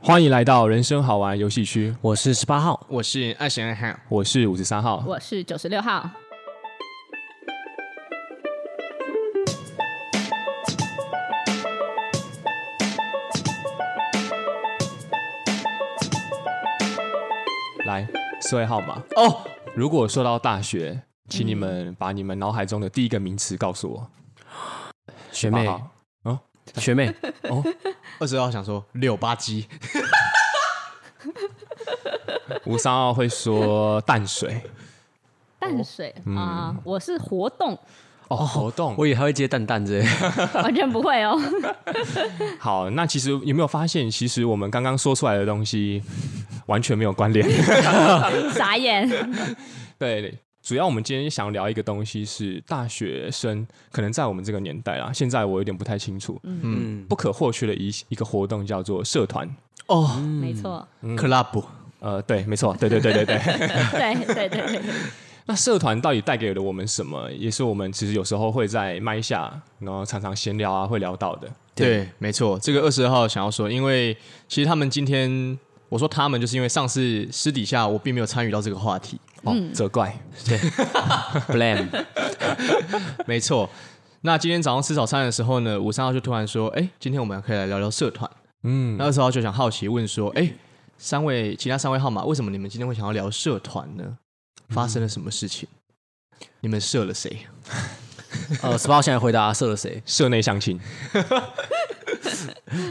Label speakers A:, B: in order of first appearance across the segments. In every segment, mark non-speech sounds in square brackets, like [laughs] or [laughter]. A: 欢迎来到人生好玩游戏区，
B: 我是十八号，
C: 我是二十二号，
A: 我是五十三号。
D: 我是九十六号。
A: 来，四位号码，
C: 哦，
A: 如果说到大学，请你们把你们脑海中的第一个名词告诉我。
B: 学
A: 八
B: 妹，
A: 号
B: 学 [laughs] 妹，
C: 二十二号想说六八鸡，
A: 五三号会说淡水
D: 淡水啊、我是活动， [laughs]
A: 哦，活动。
B: 我以为她会接蛋蛋之类。 [laughs]
D: 完全不会哦。
A: 好，那其实有没有发现，其实我们刚刚说出来的东西完全没有
B: [laughs]
A: 关联？
D: 傻眼，
A: 对，主要我们今天想聊一个东西是大学生，可能在我们这个年代啦，现在我有点不太清楚，
B: 嗯，
A: 不可或缺的一一个活动叫做社团。
C: 哦
D: 没错，
C: ，club，
A: 呃，对，没错，对对对对对。
D: 对对对对对，
A: 那社团到底带给了我们什么？也是我们其实有时候会在麦下，然后常常闲聊啊，会聊到的。
C: 对，没错，这个二十二号想要说，因为其实他们今天，我说他们就是因为上次私底下我并没有参与到这个话 [laughs] 题，
A: 哦，责怪。
B: [laughs] blame，
C: 没错。那今天早上吃早餐的时候呢，五三号就突然说，哎，今天我们可以来聊聊社团。
A: 嗯，
C: 那二十号就想好奇问说，哎，三位其他三位号码，为什么你们今天会想要聊社团呢？发生了什么事情？你们射了谁？
B: 呃，十八号现在回答射了谁？
A: 社内相 [laughs] 亲。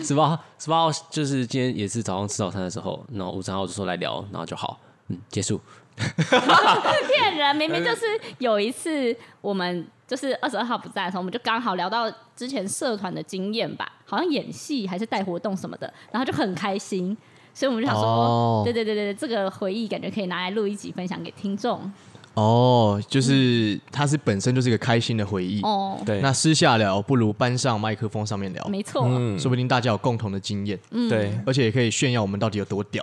B: 十八十八号就是今天也是早上吃早餐的时候，然后五三号就说来聊，然后就好，嗯，结束。
D: 骗人！明明就是有一次我们就是二十二号不在的时候，我们就刚好聊到之前社团的经验吧，好像演戏还是带活动什么的，然后就很开心。所以我们就想说，
C: 哦
D: 哦，对对对对，这个回忆感觉可以拿来录一集分享给听众
C: 哦，
A: 嗯
C: 就是它是本身就是一个开心的回忆。
D: 哦。
A: 对，
C: 那私下聊不如搬上麦克风上面聊，
D: 没错，
A: 嗯，
C: 说不定大家有共同的经验，
D: 嗯
A: 对，
C: 而且也可以炫耀我们到底有多屌。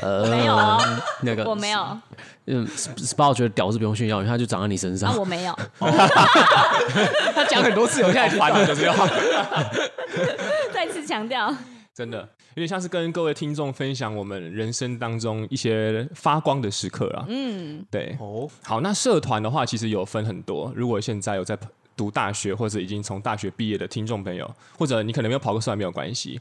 B: 呃，
D: 没有 [laughs] 哦，
B: 那个
D: 我没有，啊，
B: 嗯，十八号觉得屌是不用炫耀，因为他就长在你身上。 [laughs]
D: 我没有，
C: 他讲很多次，我现在
A: 烦了啊就是要。
D: 再次强调，
A: [laughs] 真的有点像是跟各位听众分享我们人生当中一些发光的时刻啊。嗯，对。
C: 哦，
A: 好，那社团的话，其实有分很多。如果现在有在读大学或者已经从大学毕业的听众朋友，或者你可能没有跑过社团没有关系，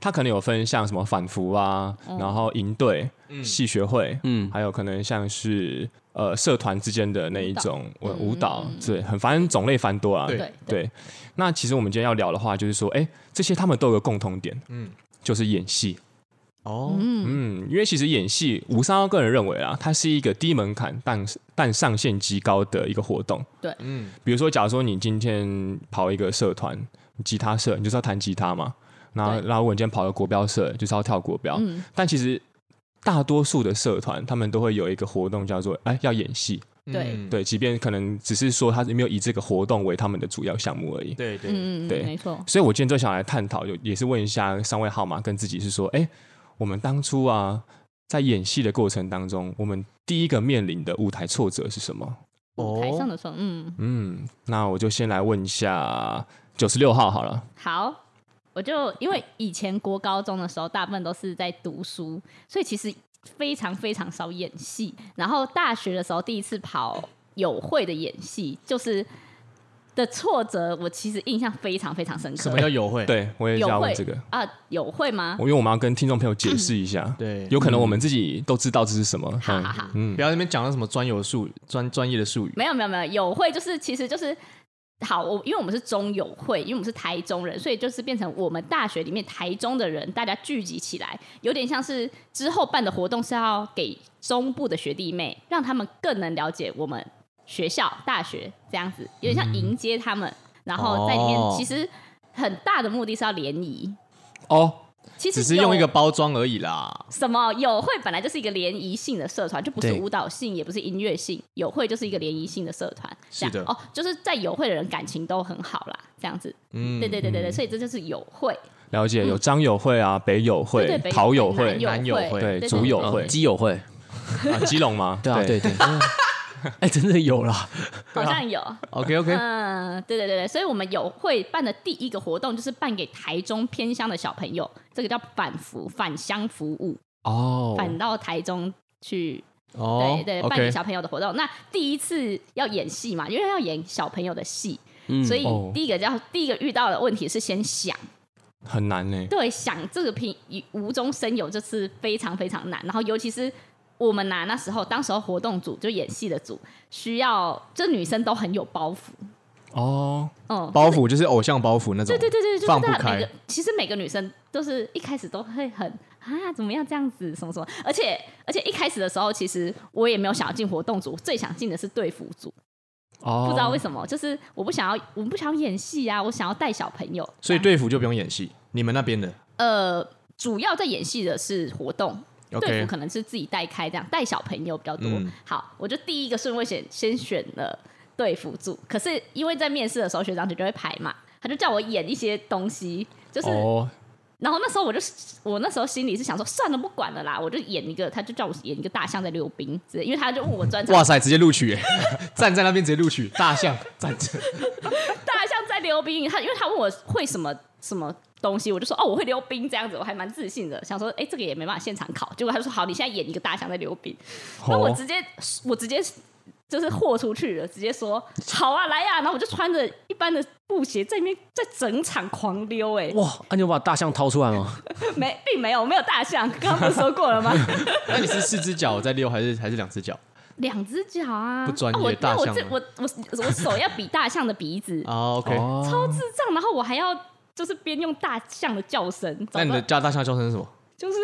A: 它可能有分像什么反服啊，然后营队、戏、学会，嗯，还有可能像是呃社团之间的那一种呃舞蹈，对，很反正种类繁多啊。
C: 对
D: 对对，
A: 对，那其实我们今天要聊的话，就是说，哎、这些他们都有个共同点，嗯，就是演戏。
C: 哦，
A: 嗯，因为其实演戏，吴三号个人认为啊，它是一个低门槛但但上限极高的一个活动。
D: 对
A: 嗯，比如说，假如说你今天跑一个社团，吉他社，你就是要弹吉他嘛。然后，
D: 对嗯
A: 然后我今天跑个国标社，就是要跳国标。但其实大多数的社团，他们都会有一个活动叫做哎要演戏。
D: 对
C: 嗯
A: 对，即便可能只是说他没有以这个活动为他们的主要项目而已。
C: 对对，
D: 嗯，
A: 对
D: 没错，
A: 所以我今天就想来探讨，有也是问一下三位号码跟自己是说，哎、我们当初啊在演戏的过程当中，我们第一个面临的舞台挫折是什么？
C: 哦
D: 舞台上的时候，嗯，
A: 嗯，那我就先来问一下九十六号好了。
D: 好，我就因为以前国高中的时候，大部分都是在读书，所以其实非常非常少演戏。然后大学的时候，第一次跑友会的演戏，就是的挫折，我其实印象非常非常深刻。
C: 什么叫友会？
A: 对我也
D: 友
A: 想要
D: 会
A: 问这个，
D: 啊？友会吗
A: 我？因为我们要跟听众朋友解释一下，
D: 嗯
C: 对
A: 有可能我们自己都知道这是什么。
D: 哈哈哈，
A: 嗯
C: 不要在那边讲到什么专有术语、专专业的术语。
D: 没有没有没有，友会就是其实就是。好，我因为我们是中友会，因为我们是台中人，所以就是变成我们大学里面台中的人，大家聚集起来，有点像是之后办的活动是要给中部的学弟妹，让他们更能了解我们学校、大学这样子，有点像迎接他们，然后在里面
C: 哦
D: 其实很大的目的是要联谊，
A: 哦，
D: 其实
C: 只是
D: 有
C: 用一个包装而
A: [laughs]
C: 已啦。
D: 什么友会本来就是一个联谊性的社团，就不是
B: 对
D: 舞蹈性，也不是音乐性，友会就是一个联谊性的社团。这样
C: 是的
D: 哦，就是在友会的人感情都很好啦，这样子。
C: 嗯
D: 对对对对对，所以这就是友会，
A: 了解，有张友会啊，北友会
D: 嗯对对、北
A: 桃友
D: 南
A: 会、
D: 友
C: 南友
D: 会
C: 会
A: 对
D: 对
A: 竹
D: 对
A: 友
B: 呃
A: 会、
B: 基友会，
A: 啊基隆吗？
B: 对啊，对对， [laughs] 哎，真的有啦，
D: 好像有， [laughs]
C: OK OK，
D: 嗯，对对对对，所以我们有会办的第一个活动就是办给台中偏乡的小朋友，这个叫返服返乡服务，
A: 哦，
D: 返到台中去，
C: 哦
D: 对对，办给
C: ，OK，
D: 小朋友的活动。那第一次要演戏嘛，因为要演小朋友的戏，
B: 嗯
D: 所以
A: 哦
D: 第一个叫第一个遇到的问题是先想，
A: 很难呢、
D: 对，想这个平无中生有，这次非常非常难。然后尤其是我们拿那时候，当时候活动组就演戏的组，需要这女生都很有包袱，
A: 哦，
D: 嗯，
C: 包袱就是偶像包袱那种，
D: 对对对对，就是
C: 放不
D: 大家每
C: 开
D: 个，其实每个女生都哦是一开始都会很啊，怎么样这样子，什么什么，而且而且一开始的时候，其实我也没有想要进活动组，最想进的是队服组，
A: 哦，
D: 不知道为什么，就是我不想要，我不想要演戏啊，我想要带小朋友，
C: 所以队服就不用演戏，你们那边的
D: 呃，主要在演戏的是活动。队
C: OK
D: 服可能是自己带开这样，带小朋友比较多。
C: 嗯
D: 好，我就第一个顺位选先选了队服组，可是因为在面试的时候学长姐就会排嘛，他就叫我演一些东西，就是
A: 哦，
D: 然后那时候我就，我那时候心里是想说，算了，不管了啦，我就演一个，他就叫我演一个大象在溜冰之类，因为他就问我专
C: [laughs]
D: 长
C: 哇，塞，直接录取耶，站在那边直接录取，大象站着，
D: 大象在溜冰，他因为他问我会什么什么东西，我就说哦，我会溜冰这样子，我还蛮自信的，想说哎，这个也没办法现场考，结果他就说好，你现在演一个大象在溜冰，那我
A: 哦
D: 直接我直接就是豁出去了，直接说好啊，来呀、然后我就穿着一般的布鞋在那边在整场狂溜、哎，
B: 哇，啊，你有把大象掏出来吗？
D: 没，并没有，没有大象，刚刚不是说过了吗？
C: [laughs] 那你是四只脚在溜还是还是两只脚？
D: 两只脚啊，
C: 不专业
D: 啊我
C: 大象
D: 那
C: 吗，
D: 我这我我我手要比大象的鼻子
C: [laughs] 啊，OK，
A: 哦，
D: 智障，然后我还要就是边用大象的叫声，找
C: 那你
D: 到
C: 的叫大象叫声是什么？
D: 就是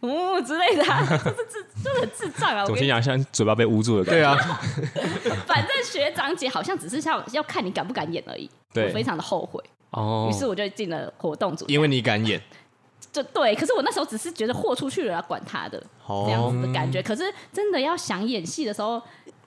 D: [laughs] 呜、之类的、啊， [laughs] 就是智就是很智障啊！我
A: 总
D: 跟
A: 听
D: 你
A: 起来像嘴巴被捂住的感觉。
C: 啊，
D: 讲，反正学长姐好像只是要要看你敢不敢演而已。
A: 对
D: 我非常的后悔，
B: 哦
D: 于，是我就进了活动组，
C: [laughs] 因为你敢演，
D: 就对。可是我那时候只是觉得豁出去了，要管他的这样
C: 哦，
D: 子的感觉。可是真的要想演戏的时候，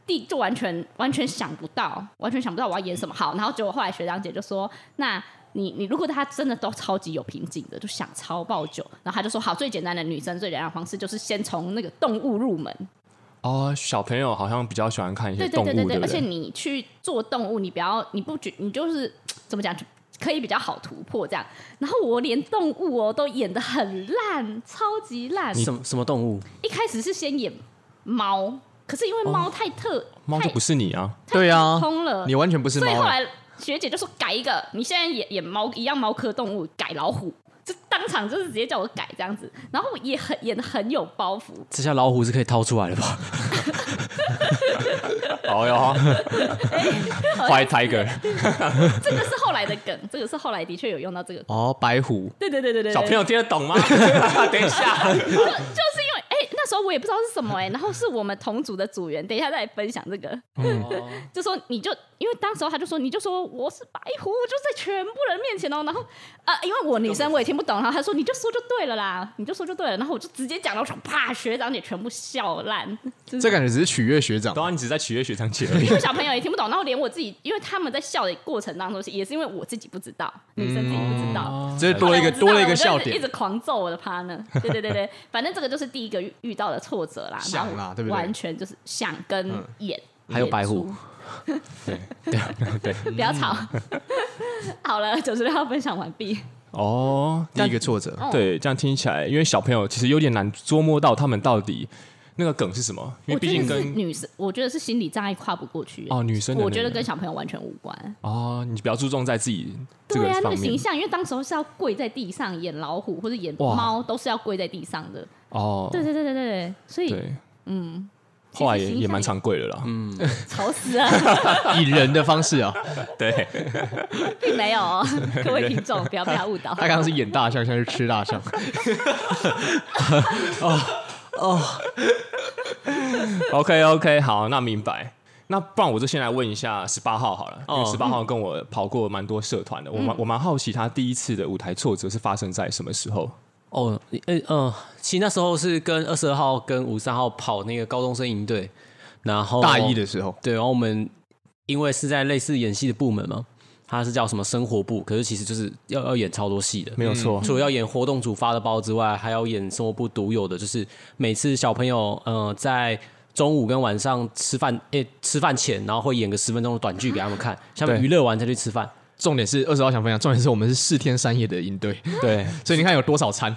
D: 第就完全完全想不到，完全想不到我要演什么好。然后结果后来学长姐就说：“那你你如果他真的都超级有瓶颈的，就想超爆久。”然后他就说：“好，最简单的女生最简单的方式就是先从那个动物入门。
A: 哦，小朋友好像比较喜欢看一些
D: 对
A: 动
D: 对
A: 物，
D: 对对对，
A: 不
D: 而且
A: 对？
D: 你去做动物，你不要你不觉你就是怎么讲？”可以比较好突破这样，然后我连动物哦都演的很烂，超级烂。
B: 什么什么动物？
D: 一开始是先演猫，可是因为猫太特，
A: 猫就
D: 太
A: 不是你
D: [laughs]
A: 啊，
C: 对啊
D: 太普通了，
C: 你完全不是
D: 所以
C: 猫
D: 后
C: 啊，
D: 来学姐就说改一个，你现在演演猫一样猫科动物，改老虎，就当场就是直接叫我改这样子，然后我也很演的很有包袱，
B: 这下老虎是可以掏出来了吧？
A: 哦哟 [laughs] ，White
D: 哎
A: Tiger，
D: 这个是后来的梗，这个是后来的确有用到这个，
C: 哦，白虎，
D: 对对对对对，对
A: 小朋友听得
D: [laughs]
A: 懂吗？等一下，
D: 就就是因为哎、那时候我也不知道是什么哎、然后是我们同组的组员，等一下再分享这个， [laughs] 就说你就因为当时候他就说你就说我是白狐，就在全部人面前哦，然后啊、因为我女生我也听不懂，然后他说你就说就对了啦，你就说就对了，然后我就直接讲到啪，学长姐全部笑烂，
C: 这感觉只是取悦学长
A: 当，然你只是在取悦学长姐而已
D: 因。为小朋友也听不懂，然后连我自己，因为他们在笑的过程当中，也是因为我自己不知道，女生自己不知道。
C: 这是多了一个
D: 后
C: 多
D: 来
C: 了一
D: 我
C: 个
D: 知道
C: 笑
D: 我就一直一
C: 点
D: 直，狂揍我的 partner。对 [laughs] 对对对，反正这个就是第一个遇遇到的挫折啦，
C: 想啦
D: 然后
C: 对不对
D: 完全就是想跟
C: 嗯
D: 演，
B: 还有白虎
C: [laughs]
A: [laughs] 对
D: 演出， [laughs] 不要吵。
C: 嗯
D: 好了，九十六号分享完毕。
A: 哦，
C: 第一个挫 [laughs] 折，
A: 对，这样听起来，因为小朋友其实有点难捉摸到他们到底那个梗是什么，因
D: 我
A: 为毕
D: 觉
A: 竟
D: 得是
A: 跟
D: 女生，我觉得是心理障碍跨不过去。
A: 哦女生的
D: 我
A: 那
D: 觉得
A: 个
D: 跟小朋友完全无关。
A: 哦，你比较注重在自己这
D: 对啊，那
A: 方
D: 个形
A: 面
D: 象，因为当时候是要跪在地上演老虎或者演
A: 哇
D: 猫，都是要跪在地上的。
A: 哦，
D: 对对对对对对，所以
A: 对，
D: 嗯，
A: 后来也
D: 其实形象
A: 也蛮常贵的啦，嗯，
D: 吵死了， [laughs]
C: 以人的方式啊，
A: 对，
D: 并没
A: [laughs]
D: 有哦，各位听众不要被他误导。
C: 他刚刚是演大象，现在是吃大 [laughs] 象，
A: OK OK，好，那明白。那不然我就先来问一下十八号好了，因为
B: 哦
A: 十八号跟我跑过蛮多社团的，我蛮我蛮好奇他第一次的舞台挫折是发生在什么时候？
B: 哦，呃呃，其实那时候是跟二十二号跟五三号跑那个高中生营队，然后
C: 大一的时候，
B: 对，然后我们因为是在类似演戏的部门嘛，它是叫什么生活部，可是其实就是要要演超多戏的，
A: 没有
B: [laughs]
A: 错，
B: 除了要演活动组发的包之外，还要演生活部独有的，就是每次小朋友呃在中午跟晚上吃饭，诶、吃饭前，然后会演个十分钟的短剧给他们看，下面
A: 对
B: 娱乐完再去吃饭。
C: 重点是二十号想分享，重点是我们是四天三夜的应对，
A: 对，
C: 所以你看有多少餐？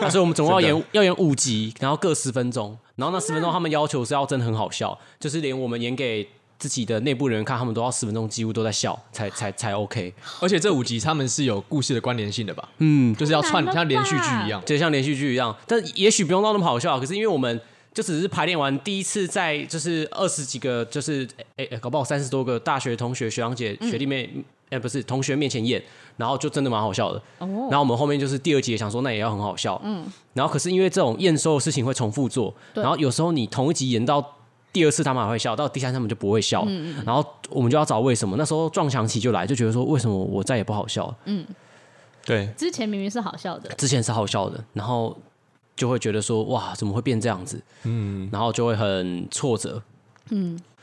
B: 啊所以我们总共要
A: 真的
B: 演要演五集，然后各十分钟，然后那十分钟他们要求是要真的很好笑，就是连我们演给自己的内部人员看，他们都要十分钟几乎都在笑，才才才 OK。
C: 而且这五集他们是有故事的关联性的吧？
B: 嗯，
C: 就是要串
D: 太难了吧
C: 像连续剧一样。
B: 就像连续剧一样，但也许不用到那么好笑，可是因为我们。就只是排练完第一次，在就是二十几个，就是诶、诶搞不好三十多个大学同学、学长姐、学弟妹，诶、不是同学面前演，然后就真的蛮好笑的。
D: 哦
B: 然，后我们后面就是第二集也想说，那也要很好笑，嗯。然后可是因为这种验收的事情会重复做，
D: 对
B: 然后有时候你同一集演到第二次他们还会笑，到第三次他们就不会笑，然后我们就要找为什么。那时候撞墙期就来，就觉得说为什么我再也不好笑了？
A: 对，
D: 之前明明是好笑的，
B: 之前是好笑的，然后就会觉得说哇，怎么会变这样子？嗯，然后就会很挫折。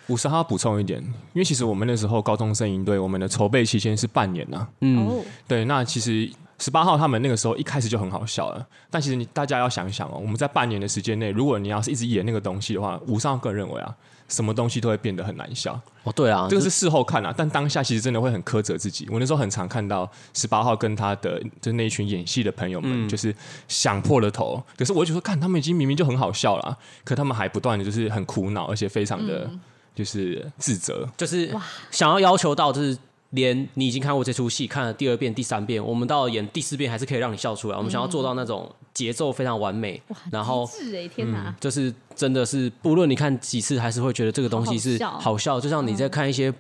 A: 五十号补充一点，因为其实我们那时候高中生营队，我们的筹备期间是半年呐、
B: 嗯，
D: 哦，
A: 对，那其实十八号他们那个时候一开始就很好笑了，但其实你大家要想想哦，我们在半年的时间内，如果你要是一直演那个东西的话，吴尚个人认为啊，什么东西都会变得很难笑。
B: 哦对啊，
A: 这个
B: 就是
A: 事后看啊，但当下其实真的会很苛责自己。我那时候很常看到十八号跟他的就那一群演戏的朋友
C: 嗯
A: 们，就是想破了头。可是我就说，看他们已经明明就很好笑了，可他们还不断的就是很苦恼，而且非常的就是自责。
B: 就是想要要求到就是。连你已经看过这出戏，看了第二遍、第三遍，我们到演第四遍还是可以让你笑出来。我们想要做到那种节奏非常完美，然后
D: 是哎，天哪，
B: 就是真的是，不论你看几次，还是会觉得这个东西是
D: 好好笑
B: 好笑。就像你在看一些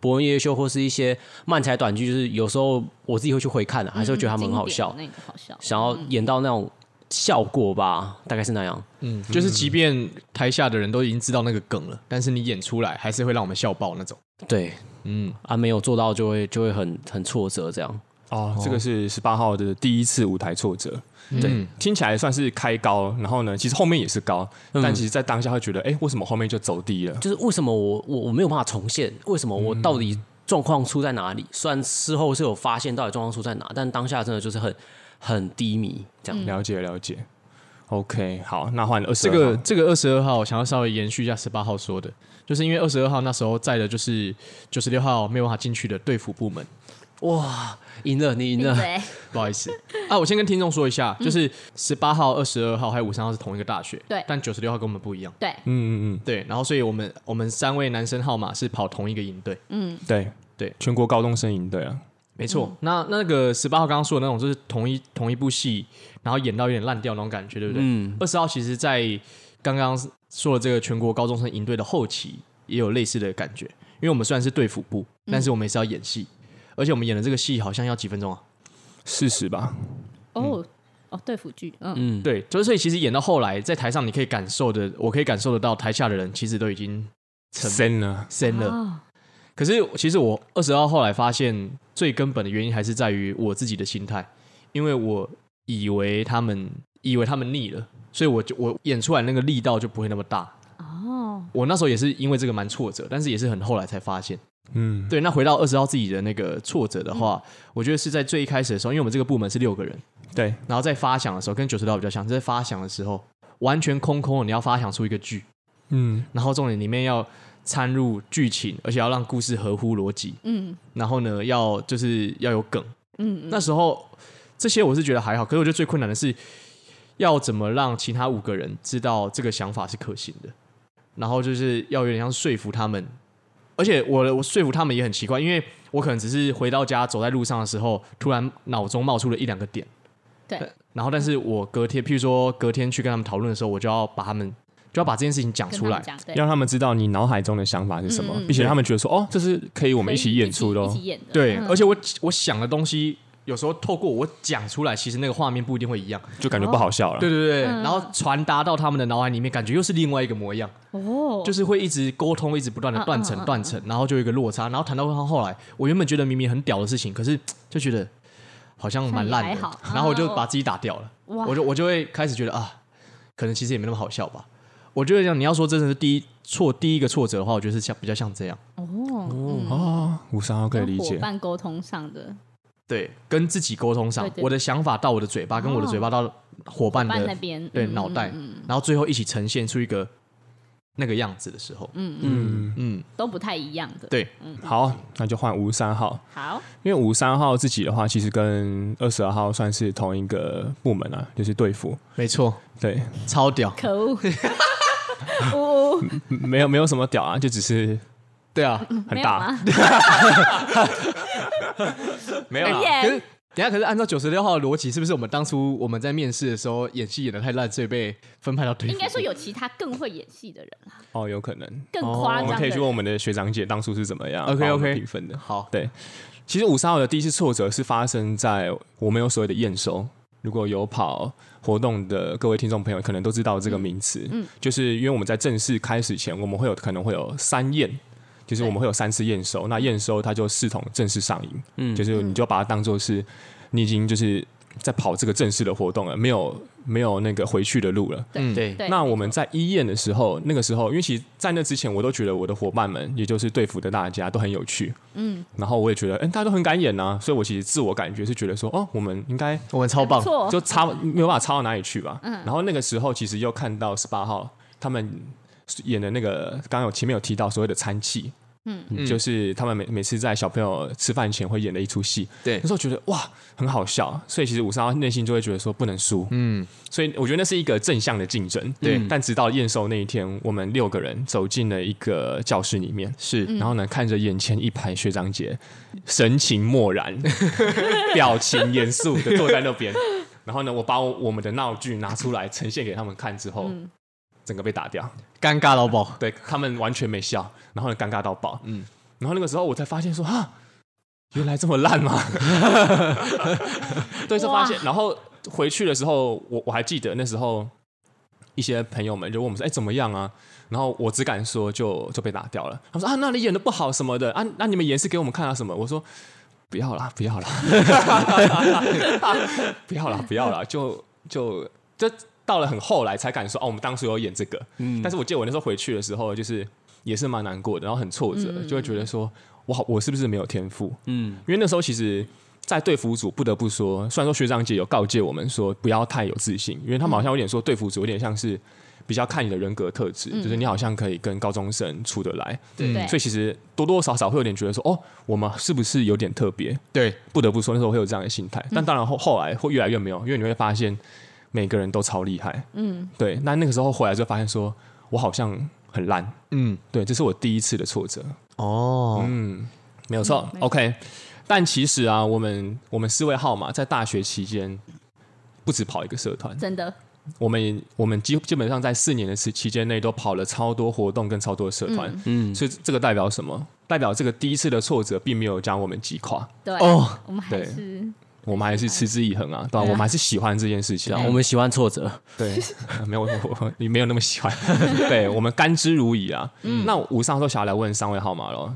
B: 博文夜秀或是一些漫才短剧，就是有时候我自己会去回看啊的、还是会觉得他们很好笑
D: 经，典的那个好笑，
B: 想要演到那种效果吧，大概是那样。
C: 嗯，就是即便台下的人都已经知道那个梗了，但是你演出来还是会让我们笑爆那种。
B: 对
C: 嗯，
B: 啊，没有做到就会就会很很挫折，这样
A: 哦，这个是十八号的第一次舞台挫折。
C: 嗯
A: 对，听起来算是开高，然后呢，其实后面也是高，
C: 嗯
A: 但其实在当下会觉得，哎，为什么后面就走低了？
B: 就是为什么我我我没有办法重现？为什么我到底
C: 嗯
B: 状况出在哪里？虽然事后是有发现到底状况出在哪，但当下真的就是很很低迷这样。
A: 了解了解。OK，好，那换二十
C: 这个这个二十二号想要稍微延续一下十八号说的，就是因为二十二号那时候在的就是九十六号没有办法进去的队服部门，
B: 哇，赢了，你赢
D: 闭
B: [laughs] 了。
D: 嘴，
C: 不好意思 [laughs] 啊，我先跟听众说一下，就是十八号、二十二号还有五三号是同一个大学，
D: 嗯对
C: 但九十六号跟我们不一样，
D: 对，
A: 嗯嗯
C: 对，然后所以我们我们三位男生号码是跑同一个营队，
A: 嗯，对
C: 对
A: 全国高中生营队啊，
C: 没错。那那个十八号刚刚说的那种，就是同一同一部戏，然后演到有点烂掉那种感觉，对不对？
B: 嗯，
C: 二十号其实，在刚刚说的这个全国高中生营队的后期，也有类似的感觉。因为我们虽然是队服部，但是我们也是要演戏，而且我们演的这个戏好像要几分钟啊？
A: 四十吧，
D: 哦哦，对腐剧，嗯，
B: 嗯，
C: 对，就是所以其实演到后来，在台上你可以感受的，我可以感受得到，台下的人其实都已经沉
A: 深了，
C: 深了。
D: 哦
C: 可是其实我二十号后来发现，最根本的原因还是在于我自己的心态，因为我以为他们以为他们腻了，所以我就我演出来那个力道就不会那么大。
D: 哦，
C: 我那时候也是因为这个蛮挫折，但是也是很后来才发现。
A: 嗯，
C: 对，那回到二十号自己的那个挫折的话，我觉得是在最一开始的时候，因为我们这个部门是六个人，
A: 对，
C: 然后在发想的时候跟九十六比较像，在发想的时候完全空空的，你要发想出一个剧，
A: 嗯，
C: 然后重点里面要掺入剧情，而且要让故事合乎逻辑，
D: 嗯
C: 然后呢，要就是要有梗。
D: 嗯，
C: 那时候这些我是觉得还好，可是我觉得最困难的是要怎么让其他五个人知道这个想法是可行的，然后就是要有点像说服他们。而且我的我说服他们也很奇怪，因为我可能只是回到家走在路上的时候，突然脑中冒出了一两个点，
D: 对，
C: 然后但是我隔天，譬如说隔天去跟他们讨论的时候，我就要把他们就要把这件事情讲
D: 跟
C: 出
D: 他们
C: 来，
D: 讲，对，
A: 让他们知道你脑海中的想法是什么，
D: 嗯嗯
A: 并且让他们觉得说，哦，这是可以我们一起演出的
D: 一
A: 哦
D: 起，演的，
C: 对，
D: 嗯
C: 而且我我想的东西，有时候透过我讲出来，其实那个画面不一定会一样。
A: 就感觉不好笑了。
C: 对对对，
D: 嗯
C: 然后传达到他们的脑海里面，感觉又是另外一个模样，
D: 哦，
C: 就是会一直沟通，一直不断的
D: 嗯
C: 断层
D: 嗯嗯
C: 断层，然后就有一个落差，然后谈到后来，我原本觉得明明很屌的事情，可是嘖就觉得好像蛮烂
D: 像也
C: 的
D: 还好，
C: 然后我就
D: 哦
C: 把自己打掉了，
D: 哇
C: 我就我就会开始觉得啊，可能其实也没那么好笑吧。我觉得这样，你要说真的是第一挫第一个挫折的话，我觉得是像比较像这样，
D: 哦，
C: 嗯
A: 哦，五三号可以
D: 跟
A: 理
D: 伙
A: 解，
D: 伴沟通上的
C: 对，跟自己沟通上
D: 对，对哦
C: 我的想法到我的嘴巴，跟我的嘴巴到伙伴
D: 伴那
C: 的
D: 边，
C: 对
D: 嗯
C: 脑袋
D: 嗯嗯，
C: 然后最后一起呈现出一个那个样子的时候，嗯
A: 嗯，
C: 嗯，
D: 都不太一样的。
C: 对，
A: 好，那就换五十三号。
D: 好，
A: 因为五三号自己的话，其实跟二十二号算是同一个部门啊，就是队服。
C: 没错，
A: 对，
C: 超屌，
D: 可恶，呜呜，
A: 嗯没有没有什么屌啊，就只是
C: 对
D: [laughs]
C: 啊，
A: 很
D: 没有
A: 大，
D: 吗？ [laughs]
A: 没有啦
C: 可
D: 耶
C: 是。等一下，可是按照九十六号的逻辑，是不是我们当初我们在面试的时候演戏演的太烂，所以被分派到队？
D: 应该说有其他更会演戏的人啦，
A: 哦，有可能。
D: 更夸
A: 我们
D: 张
A: 可
D: 的
A: 以去问我
D: 人。
A: 们的学长姐当初是怎么样
C: OK，
A: 帮我们
C: OK
A: 评分的。
C: 好，
A: 对，其实五三号的第一次挫折是发生在我们有所谓的验收。如果有跑活动的各位听众朋友，可能都知道这个名词，就是因为我们在正式开始前，我们会有可能会有三验，就是我们会有三次验收。那验收它就视同正式上瘾，嗯，就是你就把它当做是你已经就是在跑这个正式的活动了，没有没有那个回去的路了。
B: 嗯对，
D: 对，
A: 那我们在医院的时候，那个时候，因为其实在那之前，我都觉得我的伙伴们，也就是队服的大家都很有趣，嗯，然后我也觉得，嗯、大家都很敢演呐、所以我其实自我感觉是觉得说，哦，我们应该
C: 我们超
D: 不
C: 棒，
D: 错，
A: 就差没有办法差到哪里去吧。然后那个时候其实又看到十八号他们演的那个，刚刚有前面有提到所谓的餐气，嗯，就是他们每每次在小朋友吃饭前会演的一出戏。
C: 对
A: 那时候觉得哇很好笑，所以其实五三号内心就会觉得说不能输，嗯，所以我觉得那是一个正向的竞争。
C: 对
A: 但直到验收那一天，我们六个人走进了一个教室里面，
C: 是
A: 然后呢，看着眼前一排学长姐，神情漠然，表情严肃的坐在那边。然后呢，我把我我们的闹剧拿出来呈现给他们看之后，整个被打掉，
C: 尴尬到爆，
A: 对他们完全没笑，然后呢，尴尬到爆。嗯，然后那个时候我才发现说啊，原来这么烂吗？ [laughs] 对，就发现，然后回去的时候，我我还记得那时候一些朋友们就问我们说：“哎、怎么样啊？”然后我只敢说就就被打掉了。他们说：“啊，那你演的不好什么的啊，那你们演示给我们看啊什么？”我说：“不要啦，不要啦， [laughs] 不要啦，不要啦，就就就到了很后来才敢说哦，我们当初有演这个。嗯，但是我记得我那时候回去的时候，就是也是蛮难过的，然后很挫折，就会觉得说我好，我是不是没有天赋？
B: 嗯，
A: 因为那时候其实，在队服组不得不说，虽然说学长姐有告诫我们说不要太有自信，因为他们好像有点说队服组有点像是比较看你的人格特质，就是你好像可以跟高中生处得来，
D: 对对
A: 所以其实多多少少会有点觉得说，哦，我们是不是有点特别？
C: 对，
A: 不得不说那时候会有这样的心态，但当然后后来会越来越没有，因为你会发现每个人都超厉害，嗯，对。那那个时候回来就发现说，我好像很烂，
C: 嗯，
A: 对，这是我第一次的挫折，嗯
C: 哦，
A: 没有错、o k 但其实啊，我们我们四位号码在大学期间不止跑一个社团，
D: 真的
A: 我们我们基基本上在四年的时期间内都跑了超多活动跟超多社团，嗯，所以这个代表什么？代表这个第一次的挫折并没有将我们击垮，
D: 对
C: 哦，
D: 我们还
A: 对
D: 是
A: 我们还是持之以恒啊，对吧、
B: 对啊
A: 我们还是喜欢这件事情啊，
B: 我 [laughs] 们喜欢挫折，
A: 对，没有我我你没有那么喜欢， [laughs] 对我们甘之如饴啊。那五上都想要来问三位号码咯，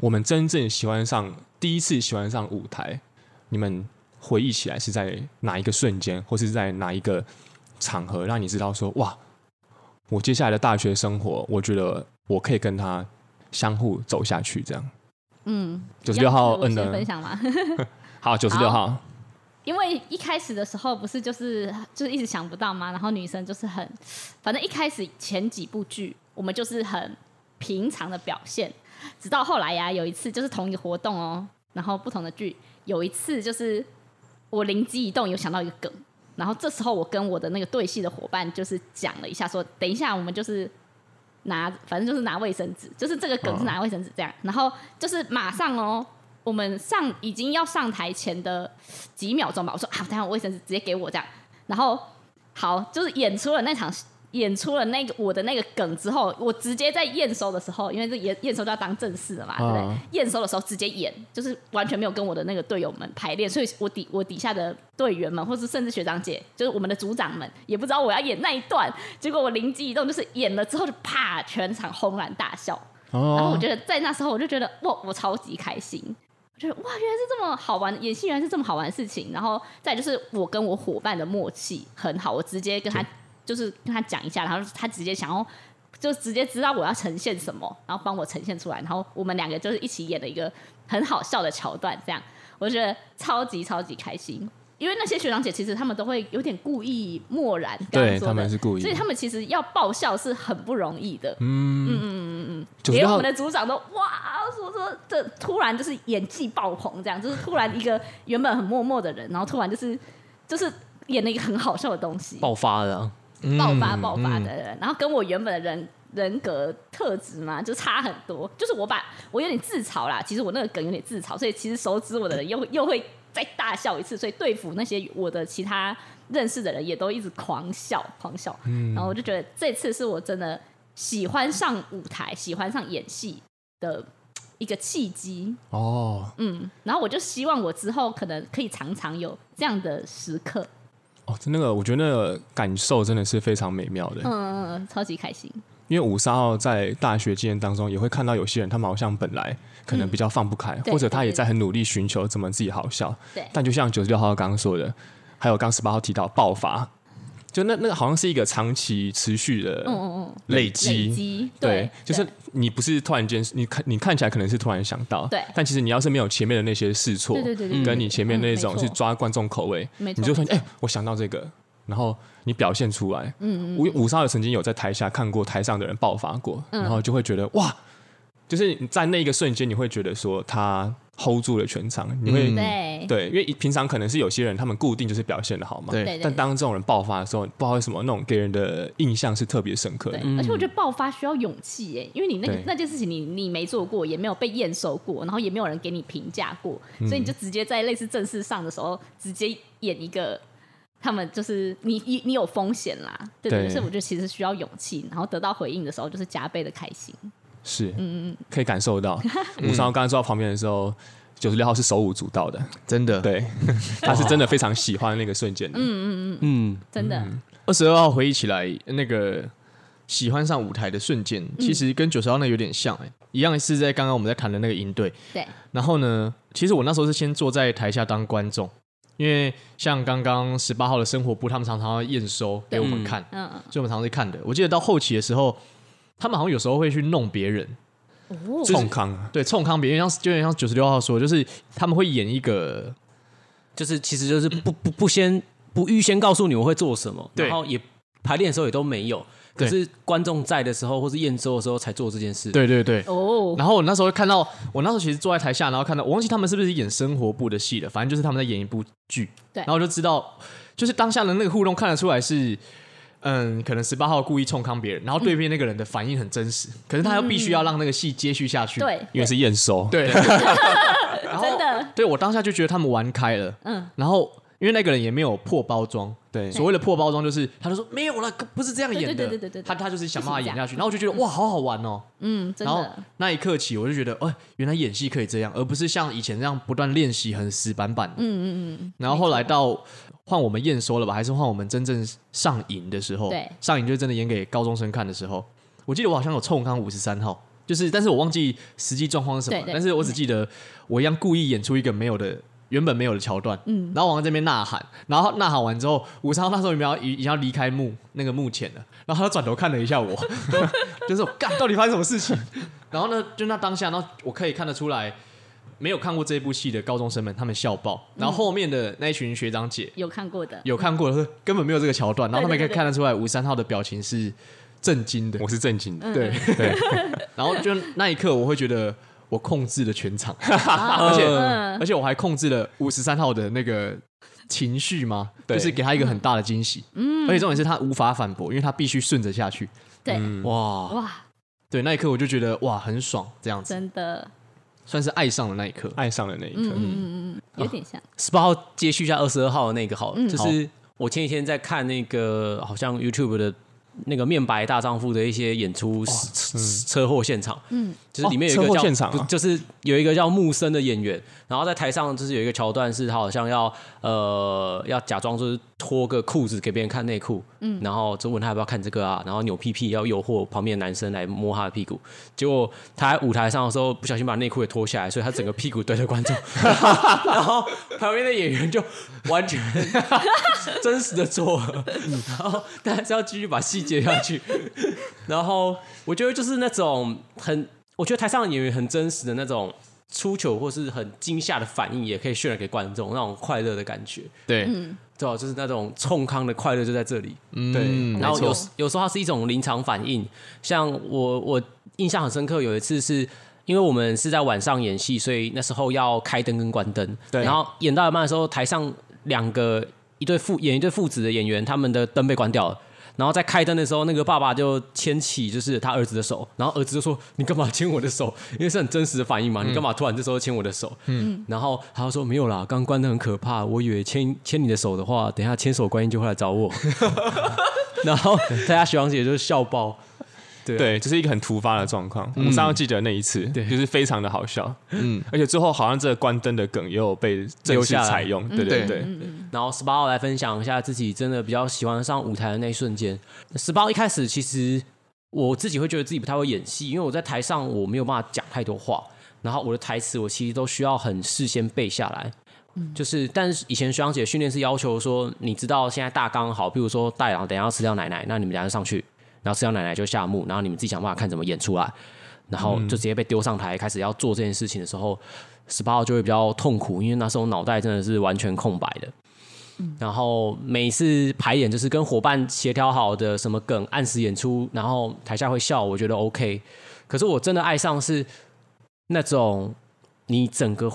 A: 我们真正喜欢上第一次喜欢上舞台，你们回忆起来是在哪一个瞬间，或是在哪一个场合，让你知道说哇，我接下来的大学生活，我觉得我可以跟他相互走下去，这样。
D: 嗯，
A: 九十六号
D: 要是我
A: 摁
D: 先
A: 的
D: 分享吗？
A: 好，九十六号，
D: 因为一开始的时候不是就是就是一直想不到嘛，然后女生就是很，反正一开始前几部剧我们就是很平常的表现，直到后来呀、有一次就是同一个活动哦，然后不同的剧，有一次就是我灵机一动有想到一个梗，然后这时候我跟我的那个对戏的伙伴就是讲了一下说，等一下我们就是拿，反正就是拿卫生纸，就是这个梗是拿卫生纸这样，然后就是马上哦。我们上已经要上台前的几秒钟吧。我说啊，等一下我卫生纸直接给我这样。然后好，就是演出了那场，演出了那个我的那个梗之后，我直接在验收的时候，因为这验验收就要当正式的嘛，对不对？
A: 啊
D: 验收的时候直接演，就是完全没有跟我的那个队友们排练，所以我底我底下的队员们，或是甚至学长姐，就是我们的组长们，也不知道我要演那一段。结果我灵机一动，就是演了之后就啪，全场轰然大笑。然后我
A: 哦，
D: 觉得在那时候，我就觉得哇，我超级开心，我觉得哇，原来是这么好玩，演戏原来是这么好玩的事情。然后再就是我跟我伙伴的默契很好，我直接跟他就是跟他讲一下，然后他直接想要就直接知道我要呈现什么，然后帮我呈现出来，然后我们两个就是一起演了一个很好笑的桥段，这样我觉得超级超级开心。因为那些学长姐其实他们都会有点故意漠然，刚刚
A: 对
D: 说的
A: 他们是故意
D: 所以，他们其实要爆笑是很不容易的。
A: 九十
D: 连
A: 六
D: 我
A: 号
D: 们的组长都哇，说说这突然就是演技爆棚，这样就是突然一个原本很默默的人，然后突然就是就是演了一个很好笑的东西，
B: 爆发了啊。
D: 爆发爆发
A: 嗯
D: 的人，然后跟我原本的人人格特质嘛，就差很多。就是我把我有点自嘲啦，其实我那个梗有点自嘲，所以其实熟知我的人又又会再大笑一次，所以对付那些我的其他认识的人也都一直狂笑狂笑。
A: 嗯
D: 然后我就觉得这次是我真的喜欢上舞台、喜欢上演戏的一个契机。
A: 哦
D: 嗯，然后我就希望我之后可能可以常常有这样的时刻。
A: 哦，那个我觉得那个感受真的是非常美妙的，
D: 嗯嗯嗯，超级开心。
A: 因为五三号在大学经验当中也会看到有些人，他们好像本来可能比较放不开，
D: 嗯对
A: 或者他也在很努力寻求怎么自己好笑。
D: 对
A: 但就像九十六号刚刚说的，还有刚十八号提到爆发，就那那个好像是一个长期持续的
D: 嗯嗯嗯。
A: 累
D: 累
A: 积。
D: 积，
A: 对，就是
D: 对
A: 你不是突然间，你看你看起来可能是突然想到，
D: 对
A: 但其实你要是没有前面的那些试错，
D: 对对对对对
A: 跟你前面那
D: 嗯
A: 种
D: 没错
A: 去抓观众口味，
D: 没错
A: 你就突然哎、我想到这个，然后你表现出来，嗯五五少也曾经有在台下看过台上的人爆发过，
D: 嗯
A: 然后就会觉得哇，就是你在那一个瞬间，你会觉得说他 hold 住了全场，你会、
C: 嗯
D: 对
A: 对，因为平常可能是有些人他们固定就是表现的好嘛，
C: 对
D: 对对
A: 但当这种人爆发的时候，不知道为什么那种给人的印象是特别深刻的
C: 嗯
D: 对，，而且我觉得爆发需要勇气耶，因为你那个
A: 对
D: 那件事情你你没做过，也没有被验收过，然后也没有人给你评价过，
C: 嗯
D: 所以你就直接在类似正式上的时候直接演一个。他们就是你，你你有风险啦，对对，
A: 对
D: 所以我觉得其实需要勇气，然后得到回应的时候就是加倍的开心，
A: 是，嗯嗯，可以感受 [laughs] 到。五三号刚刚坐到旁边的时候，九十六号是手舞足蹈的，
C: 真的。
A: 对，他是真的非常喜欢那个瞬间的。嗯，
B: 嗯，
D: 真的，
C: 二十二号回忆起来，那个喜欢上舞台的瞬间，
D: 嗯
C: 其实跟九十号那有点像、欸，一样是在刚刚我们在谈的那个营队。
D: 对，
C: 然后呢，其实我那时候是先坐在台下当观众，因为像刚刚十八号的生活部，他们常常要验收给我们看，
D: 嗯，
C: 所以我们常常去看的。我记得到后期的时候，他们好像有时候会去弄别人，
D: 哦，
A: 冲康啊，
C: 对，冲康别人，像就有点像九十六号说，就是他们会演一个
B: 就是其实就是不不不先不预先告诉你我会做什么，
C: 对
B: 然后也排练的时候也都没有，可
C: 对
B: 是观众在的时候或是验收的时候才做这件事。，
C: 对对对，
D: 哦，
C: 然后我那时候看到，我那时候其实坐在台下，然后看到我忘记他们是不是演生活部的戏了，反正就是他们在演一部剧。
D: 对
C: 然后我就知道，就是当下的那个互动看得出来是，嗯，可能十八号故意冲康别人，然后对面那个人的反应很真实，可是他又必须要让那个戏接续下去。
D: 嗯对，
A: 因为是验收，
C: 对， [laughs]
D: 真的，
C: 对我当下就觉得他们玩开了。
D: 嗯
C: 嗯，然后因为那个人也没有破包装，
A: 对
C: 所谓的破包装就是他就说没有了，不是这样演的，
D: 对对对对对对
C: 他他就是想办法演下去，
D: 就是这样
C: 然后我就觉得哇，好好玩哦。
D: 嗯，真
C: 然后
D: 的，
C: 那一刻起，我就觉得，哎、原来演戏可以这样，而不是像以前这样不断练习，很死板板的。嗯嗯嗯。然后后来到换我们验收了吧，还是换我们真正上瘾的时候？
D: 对
C: 上瘾就是真的演给高中生看的时候。我记得我好像有冲康五十三号，就是，但是我忘记实际状况是什么，
D: 对对
C: 但是我只记得我一样故意演出一个没有的。原本没有的桥段，嗯，然后往这边呐喊，然后呐喊完之后，五三号那时候有没有已已经要离开幕那个幕前了，然后他就转头看了一下我， [laughs] 就是我干，到底发生什么事情？然后呢，就那当下，然后我可以看得出来，没有看过这部戏的高中生们，他们笑爆。然后后面的那一群学长姐
D: 有看过的，
C: 有看过的，是根本没有这个桥段，然后他们也可以看得出来，五三号的表情是震惊的。
A: 我是正经的。
C: 对，
A: 对，
C: 然后就那一刻，我会觉得我控制了全场，而且、
D: 嗯
C: 啊而且我还控制了五十三号的那个情绪嘛，
A: 对
C: 就是给他一个很大的惊喜。嗯，而且重点是他无法反驳，因为他必须顺着下去。
D: 对，
C: 哇，
D: 哇，
C: 对，那一刻我就觉得哇，很爽，这样子
D: 真的
C: 算是爱上了那一刻。
A: 爱上了那一刻，
D: 有点像，
B: 十八号接续一下二十二号的那个好了，就是我前几天在看那个好像 YouTube 的那个面白大丈夫的一些演出车车祸现场，嗯，就是里面有
A: 嗯
B: 一
A: 哦
B: 个
A: 车祸
B: 叫
A: 现场啊
B: 不就是有一个叫木森的演员，然后在台上就是有一个桥段是他好像要呃要假装就是脱个裤子给别人看内裤，嗯，然后就问他要不要看这个啊，然后扭屁屁要诱惑旁边的男生来摸他的屁股，结果他在舞台上的时候不小心把内裤也脱下来，所以他整个屁股对着观众， [laughs] 然后旁边的演员就完全 [laughs] 真实的做了，然后但还是要继续把戏接下去。 [laughs] 然后我觉得就是那种很，我觉得台上的演员很真实的那种出糗或是很惊吓的反应，也可以渲染给观众，那种快乐的感觉，
C: 对，
B: 对吧、就是那种冲康的快乐就在这里。
C: 嗯
B: 然后
C: 没
B: 有
C: 错
B: 时有时候它是一种临场反应，像我我印象很深刻，有一次是因为我们是在晚上演戏，所以那时候要开灯跟关灯，
A: 对
B: 然后演到一半的时候，台上两个一对父演一对父子的演员，他们的灯被关掉了。然后在开灯的时候，那个爸爸就牵起就是他儿子的手，然后儿子就说：“你干嘛牵我的手？因为是很真实的反应
C: 嗯
B: 嘛，你干嘛突然这时候牵我的手？”嗯，然后他就说：“没有啦，刚关灯很可怕，我以为牵牵你的手的话，等一下牵手观音就会来找我。”然后大家学长姐就笑爆。
A: 对，这、是一个很突发的状况。我们上次记得那一次，
B: 对
A: 就是非常的好笑，嗯，而且最后好像这个关灯的梗也有被正
B: 留
A: 式
B: 下来
A: 采用，对对
C: 对
A: 对，
B: 然后十八号来分享一下自己真的比较喜欢上舞台的那一瞬间。十八一开始其实我自己会觉得自己不太会演戏，因为我在台上我没有办法讲太多话，然后我的台词我其实都需要很事先背下来。就是，但是以前学长姐训练是要求说，你知道现在大纲好，比如说大郎等一下要吃掉奶奶，那你们俩就上去，然后吃掉奶奶就下幕，然后你们自己想办法看怎么演出来，然后就直接被丢上台，开始要做这件事情的时候，十八号就会比较痛苦，因为那时候脑袋真的是完全空白的。然后每次排演就是跟伙伴协调好的什么梗，按时演出，然后台下会笑，我觉得 OK。可是我真的爱上是那种你整个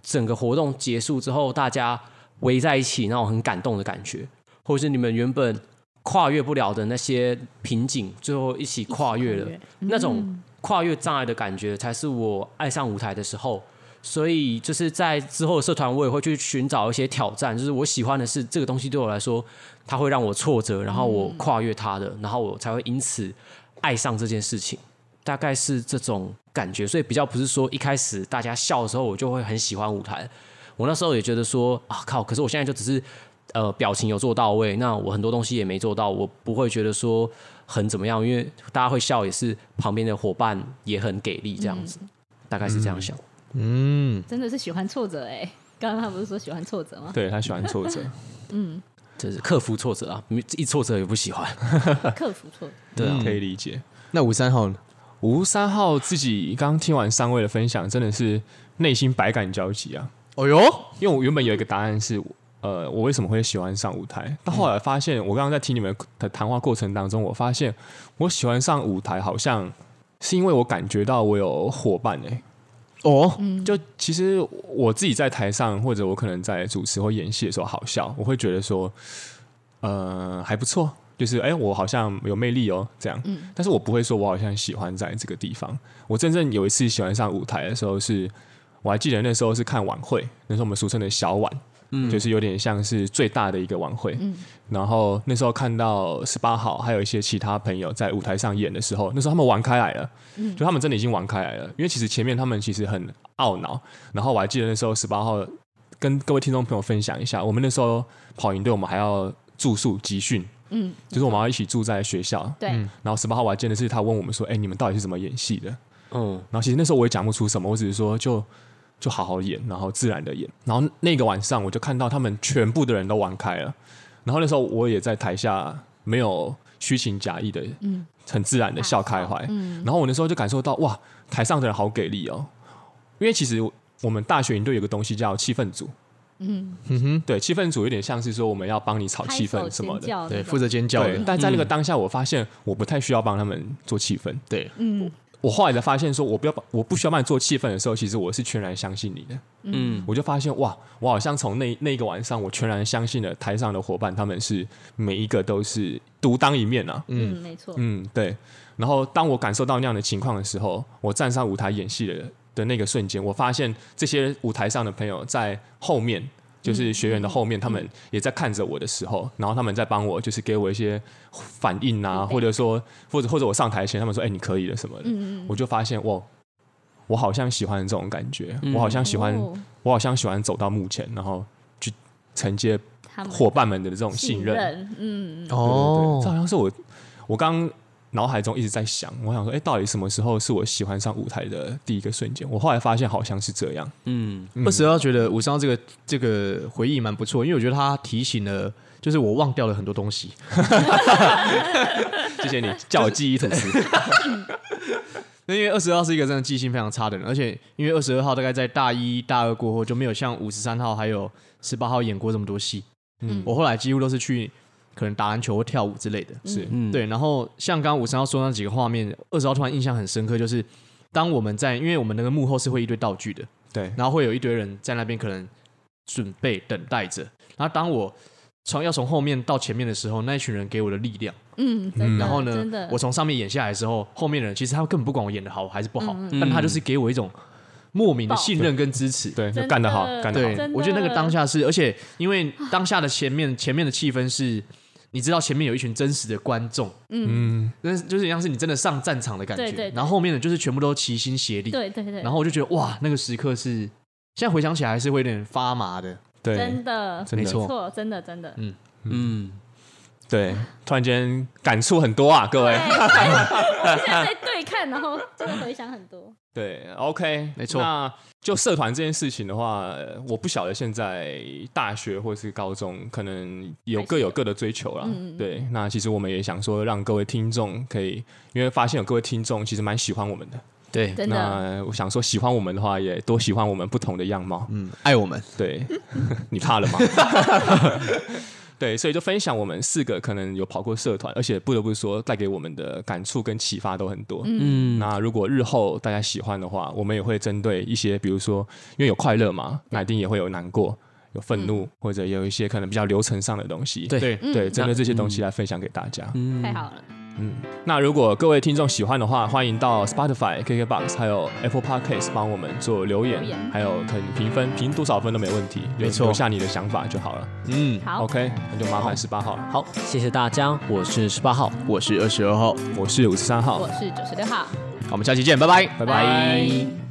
B: 整个活动结束之后，大家围在一起那种很感动的感觉，或者是你们原本跨越不了的那些瓶颈，最后一起跨越了，那种跨越障碍的感觉，才是我爱上舞台的时候。所以就是在之后的社团，我也会去寻找一些挑战，就是我喜欢的是这个东西对我来说，它会让我挫折，然后我跨越它的，然后我才会因此爱上这件事情。大概是这种感觉，所以比较不是说一开始大家笑的时候我就会很喜欢舞台。我那时候也觉得说啊靠，可是我现在就只是呃表情有做到位，那我很多东西也没做到，我不会觉得说很怎么样，因为大家会笑也是旁边的伙伴也很给力这样子，大概是这样想。
C: 嗯，
D: 真的是喜欢挫折哎、 [laughs] 刚刚他不是说喜欢挫折吗？
A: 对他喜欢挫折，
B: 就是克服挫折啊，一挫折也不喜欢。
D: 克服挫折，
B: 对啊，
A: 可以理解。
C: 那五三号呢？
A: 吴三号自己刚听完三位的分享，真的是内心百感交集啊。
C: 哦呦，
A: 因为我原本有一个答案是，呃，我为什么会喜欢上舞台？但后来发现，我刚刚在听你们的谈话过程当中，我发现我喜欢上舞台，好像是因为我感觉到我有伙伴哎、
C: 哦，
A: 就其实我自己在台上，或者我可能在主持或演戏的时候，好笑，我会觉得说，呃，还不错，就是哎、我好像有魅力哦，这样。但是我不会说我好像喜欢在这个地方。我真正有一次喜欢上舞台的时候是，我还记得那时候是看晚会，那时候我们俗称的小晚，
D: 嗯
A: 就是有点像是最大的一个晚会。然后那时候看到十八号还有一些其他朋友在舞台上演的时候，那时候他们玩开来了，
D: 嗯
A: 就他们真的已经玩开来了。因为其实前面他们其实很懊恼，然后我还记得那时候十八号跟各位听众朋友分享一下，我们那时候跑营队，我们还要住宿集训，
D: 嗯，
A: 就是我们要一起住在学校。
D: 对，
A: 然后十八号我还记得是他问我们说：“哎、你们到底是怎么演戏的？”
B: 嗯，
A: 然后其实那时候我也讲不出什么，我只是说就就好好演，然后自然的演。然后那个晚上我就看到他们全部的人都玩开了，然后那时候我也在台下没有虚情假意的，
D: 嗯
A: 很自然的笑开怀。
D: 嗯
A: 然后我那时候就感受到哇，台上的人好给力哦，因为其实我们大学营队有个东西叫气氛组，
D: 嗯，
A: 对，气氛组有点像是说我们要帮你炒气氛什么的。
D: 的
C: 对，负责尖叫
A: 对嗯
C: 的，，
A: 但在那个当下，我发现我不太需要帮他们做气氛，
C: 对，
D: 嗯
A: 我后来才发现，说我不要把我不需要帮你做气氛的时候，其实我是全然相信你的。嗯，我就发现哇，我好像从那那一个晚上，我全然相信了台上的伙伴，他们是每一个都是独当一面啊。
D: 嗯，没错，
A: 嗯，对。然后当我感受到那样的情况的时候，我站上舞台演戏的的那个瞬间，我发现这些舞台上的朋友在后面，就是学员的后面，他们也在看着我的时候，然后他们在帮我，就是给我一些反应啊，
D: 嗯对
A: 或者说，或者或者我上台前，他们说：“哎、你可以了什么的。
D: 嗯嗯
A: 我就发现，哇，我好像喜欢这种感觉，我好像喜欢，
D: 哦
A: 我好像喜欢走到幕前，然后去承接
D: 他们
A: 伙伴们的这种
D: 嗯信
A: 信任。
D: 嗯，嗯
A: 哦，这好像是我我刚脑海中一直在想，我想说，哎、到底什么时候是我喜欢上舞台的第一个瞬间？我后来发现好像是这样，
C: 二十二觉得五三号这个这个回忆蛮不错，因为我觉得他提醒了，就是我忘掉了很多东西。
A: 谢谢你叫我记忆吐司。
C: 那因为二十二号是一个真的记性非常差的人，而且因为二十二号大概在大一大二过后就没有像五十三号还有十八号演过这么多戏。
D: 嗯
C: 嗯，我后来几乎都是去可能打篮球或跳舞之类的。
A: 是
B: 嗯，
C: 对，然后像刚刚五十号说那几个画面，二十号突然印象很深刻，就是当我们在因为我们那个幕后是会一堆道具的，
A: 对，
C: 然后会有一堆人在那边可能准备等待着。然后当我从要从后面到前面的时候，那一群人给我的力量。
D: 嗯，真的
C: 然后
D: 真的
C: 呢，我从上面演下来之后，后面的人其实他们根本不管我演的好还是不好，
B: 嗯
C: 但他就是给我一种莫名的信任跟支持。
A: 对，
D: 真的
A: 干得好，干得
C: 对
A: 好，
D: 哦真的
C: 我觉得那个当下是，而且因为当下的前面前面的气氛是，你知道前面有一群真实的观众，
A: 嗯，
C: 但是就是像是你真的上战场的感觉。
D: 对对对
C: 然后后面的就是全部都齐心协力。
D: 对对对，
C: 然后我就觉得哇，那个时刻是现在回想起来还是会有点发麻的。
A: 对，
D: 真的
A: 真的
C: 没错
D: 没错，真的真的。
B: 嗯，
A: 对，突然间感触很多啊，各位。
D: 哎我现在在对看，然后就会回想很多。
A: 对，OK，
C: 没错
A: 那就社团这件事情的话，呃我不晓得现在大学或是高中可能有各有各的追求啦。对，那其实我们也想说，让各位听众可以，因为发现有各位听众其实蛮喜欢我们的。
B: 对，
D: 真的，
A: 那我想说，喜欢我们的话，也多喜欢我们不同的样貌。
C: 嗯，爱我们。
A: 对，你怕了吗？ [laughs] 对，所以就分享我们四个可能有跑过社团，而且不得不说带给我们的感触跟启发都很多。嗯，那如果日后大家喜欢的话，我们也会针对一些，比如说因为有快乐嘛，那一定也会有难过、有愤怒，或者也有一些可能比较流程上的东西。
B: 对
C: 对，
A: 对，针对这些东西来分享给大家。
D: 太好了，
A: 那如果各位听众喜欢的话，欢迎到 Spotify、KKBox 还有 Apple Podcast 帮我们做留言，
D: 留言
A: 还有可以评分，评多少分都没问题，留
C: 没错
A: 留下你的想法就好了。
C: 嗯，
D: 好，
A: OK，那就麻烦十八号了，
B: 好，谢谢大家，我是十八号，
C: 我是二十二号，
A: 我是五十三号
D: 我，是九十六号，
C: 好我们下期见，拜拜，
A: 拜
D: 拜
A: 拜。